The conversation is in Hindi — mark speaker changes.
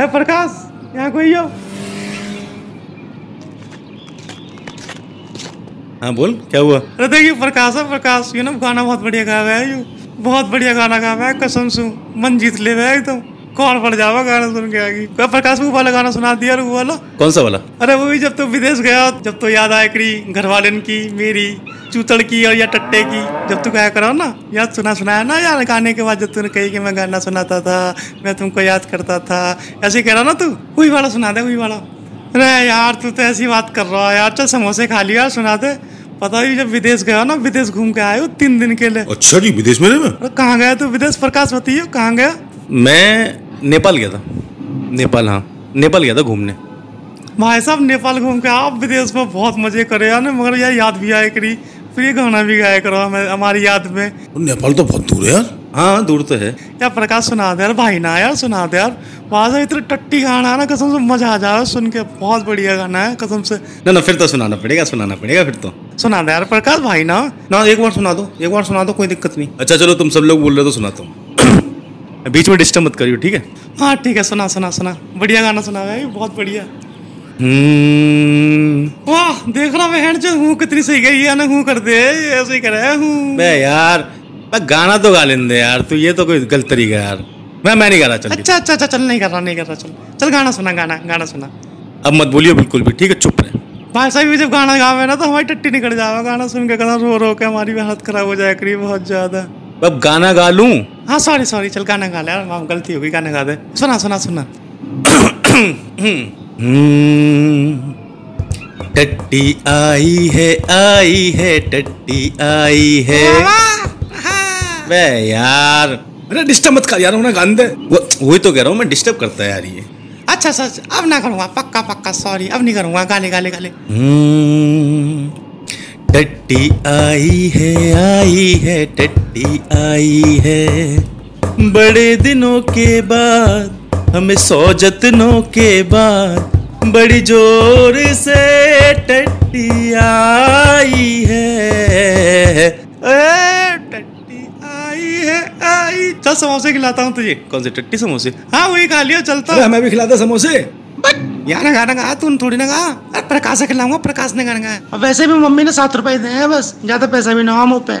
Speaker 1: है प्रकाश यहाँ कोई हो
Speaker 2: हाँ बोल क्या हुआ
Speaker 1: अरे देखिए प्रकाश है प्रकाश यू ना गाना बहुत बढ़िया गा हुआ है यू बहुत बढ़िया गाना गा हुआ है कसम सु मन जीत ले हुआ है एकदम कौन पड़ जावा गाना सुन के आगे क्या प्रकाश को वो वाला गाना सुना दिया और वो वाला
Speaker 2: कौन सा वाला
Speaker 1: अरे वो भी जब तो विदेश गया जब तो याद आया करी घर वाले की मेरी चूतड़ की और या टट्टे की जब तू गाया करो ना याद सुना सुनाया ना यार गाने के बाद जब तूने कही कि मैं गाना सुनाता था मैं तुमको याद करता था ऐसे कह रहा ना तू वही वाला सुना दे वही वाला अरे यार तू तो ऐसी बात कर रहा है यार चल समोसे खा लिया यार सुना दे पता ही जब विदेश गया ना विदेश घूम के आए हो तीन दिन के लिए
Speaker 2: अच्छा जी विदेश में रहे मैं
Speaker 1: अरे कहाँ गया तू विदेश प्रकाश बताइए कहाँ गया
Speaker 2: मैं नेपाल गया था नेपाल हाँ नेपाल गया था घूमने
Speaker 1: भाई साहब नेपाल घूम के आप विदेश में बहुत मजे करे यार मगर यार याद भी आया करी फिर ये गाना भी गाया करो हमें हमारी याद में
Speaker 2: नेपाल तो बहुत दूर है यार हाँ दूर तो है
Speaker 1: यार प्रकाश सुना दे यार भाई ना यार सुना दे यार वहाँ से इतना टट्टी गाना है ना कसम से मजा आ जा रहा है सुन के बहुत बढ़िया गाना है कसम से
Speaker 2: ना ना फिर तो सुनाना पड़ेगा सुनाना पड़ेगा फिर तो
Speaker 1: सुना दे यार प्रकाश भाई ना
Speaker 2: ना एक बार सुना दो एक बार सुना दो कोई दिक्कत नहीं अच्छा चलो तुम सब लोग बोल रहे हो तो सुनाता हूँ बीच में डिस्टर्ब मत करियो ठीक है
Speaker 1: हाँ ठीक है सुना सुना सुना बढ़िया गाना सुना भाई बहुत बढ़िया
Speaker 2: हम्म,
Speaker 1: वाह देख रहा मैं हैंड हूँ कितनी सही गई है ना हूँ कर दे ऐसे ही करे हूँ
Speaker 2: बे यार बे गाना तो गा लेने दे यार तू ये तो कोई गलत तरीका है यार मैं मैं नहीं गा रहा चल
Speaker 1: अच्छा अच्छा अच्छा चल नहीं कर रहा नहीं कर रहा चल चल गाना सुना गाना गाना सुना
Speaker 2: अब मत बोलियो बिल्कुल भी ठीक है चुप रहे
Speaker 1: भाई साहब ये जब गाना गावे ना तो हमारी टट्टी निकल जावे गाना सुन के कदम रो रो के हमारी भी हालत खराब हो जाए करी बहुत ज्यादा
Speaker 2: अब गाना गा लूं
Speaker 1: हाँ सॉरी सॉरी चल गाना गा ले यार माफ गलती हो गई गाना गा दे सुना सुना सुना
Speaker 2: हम्म, टट्टी आई है आई है टट्टी आई है बे यार अरे डिस्टर्ब मत कर यार उन्हें गान दे वो वही तो कह रहा हूँ मैं डिस्टर्ब करता है यार ये
Speaker 1: अच्छा सच अब ना करूँगा पक्का पक्का सॉरी अब नहीं करूँगा गाले गाले गाले
Speaker 2: हम्म, टट्टी आई है आई है टट्टी आई है बड़े दिनों के बाद हमें सौ जतनों के बाद बड़ी जोर से टट्टी आई है
Speaker 1: ए, टट्टी आई है आई चल समोसे खिलाता हूँ तुझे
Speaker 2: कौन से टट्टी समोसे
Speaker 1: हाँ वही खा लियो चलता
Speaker 2: अरे हमें भी खिलाता समोसे
Speaker 1: यार ना गाना गा तूने थोड़ी ना गा अरे प्रकाश से खिलाऊंगा प्रकाश ने गाना गाया वैसे भी मम्मी ने सात रुपए दिए हैं बस ज्यादा पैसा भी ना हो मुँह पे